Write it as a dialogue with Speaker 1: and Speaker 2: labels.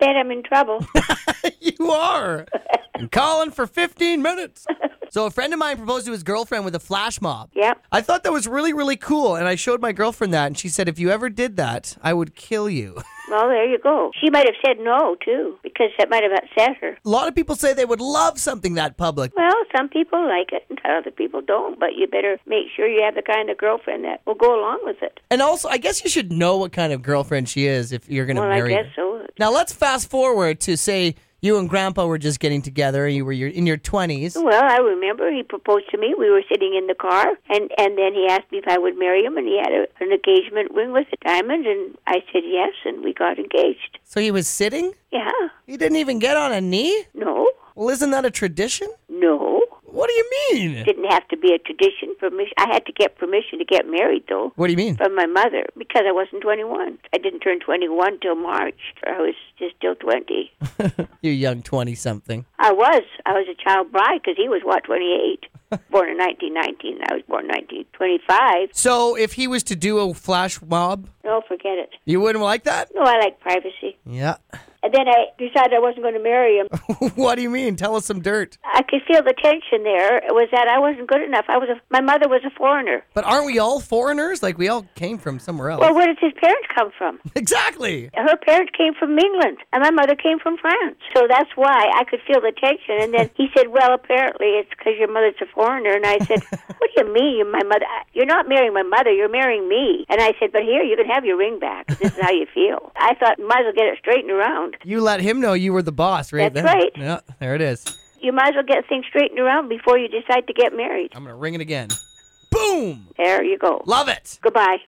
Speaker 1: bet I'm in trouble.
Speaker 2: you are. I'm calling for 15 minutes. So a friend of mine proposed to his girlfriend with a flash mob.
Speaker 1: Yep.
Speaker 2: I thought that was really, really cool. And I showed my girlfriend that, and she said, if you ever did that, I would kill you.
Speaker 1: Well, there you go. She might have said no, too, because that might have upset her.
Speaker 2: A lot of people say they would love something that public.
Speaker 1: Well, some people like it and other people don't, but you better make sure you have the kind of girlfriend that will go along with it.
Speaker 2: And also, I guess you should know what kind of girlfriend she is if you're going to
Speaker 1: Well, I
Speaker 2: marry
Speaker 1: guess
Speaker 2: her.
Speaker 1: so.
Speaker 2: Now, let's fast forward to say you and grandpa were just getting together. You were your, in your 20s.
Speaker 1: Well, I remember he proposed to me. We were sitting in the car, and and then he asked me if I would marry him, and he had a, an engagement ring with a diamond, and I said yes, and we got engaged.
Speaker 2: So he was sitting?
Speaker 1: Yeah.
Speaker 2: He didn't even get on a knee?
Speaker 1: No.
Speaker 2: Well, isn't that a tradition?
Speaker 1: No.
Speaker 2: What do you mean?
Speaker 1: Didn't have to be a tradition. Permission. I had to get permission to get married, though.
Speaker 2: What do you mean?
Speaker 1: From my mother because I wasn't 21. I didn't turn 21 till March. I was just still 20.
Speaker 2: you young 20 something.
Speaker 1: I was. I was a child bride because he was, what, 28? born in 1919. I was born in 1925.
Speaker 2: So if he was to do a flash mob,
Speaker 1: No, Oh, forget it.
Speaker 2: you wouldn't like that?
Speaker 1: No, I like privacy.
Speaker 2: Yeah.
Speaker 1: And then I decided I wasn't going to marry him.
Speaker 2: what do you mean? Tell us some dirt.
Speaker 1: I could feel the tension there. It was that I wasn't good enough. I was a, my mother was a foreigner.
Speaker 2: But aren't we all foreigners? Like we all came from somewhere else.
Speaker 1: Well, where did his parents come from?
Speaker 2: exactly.
Speaker 1: Her parents came from England, and my mother came from France. So that's why I could feel the tension. And then he said, "Well, apparently it's because your mother's a foreigner." And I said, "What do you mean, you're my mother? You're not marrying my mother. You're marrying me." And I said, "But here, you can have your ring back. This is how you feel." I thought, might as well get it straightened around.
Speaker 2: You let him know you were the boss right
Speaker 1: That's
Speaker 2: then.
Speaker 1: right.
Speaker 2: Yeah, there it is.
Speaker 1: You might as well get things straightened around
Speaker 2: Uh,
Speaker 1: before you decide to get married.
Speaker 2: I'm going to ring it again. Boom!
Speaker 1: There you go.
Speaker 2: Love it.
Speaker 1: Goodbye.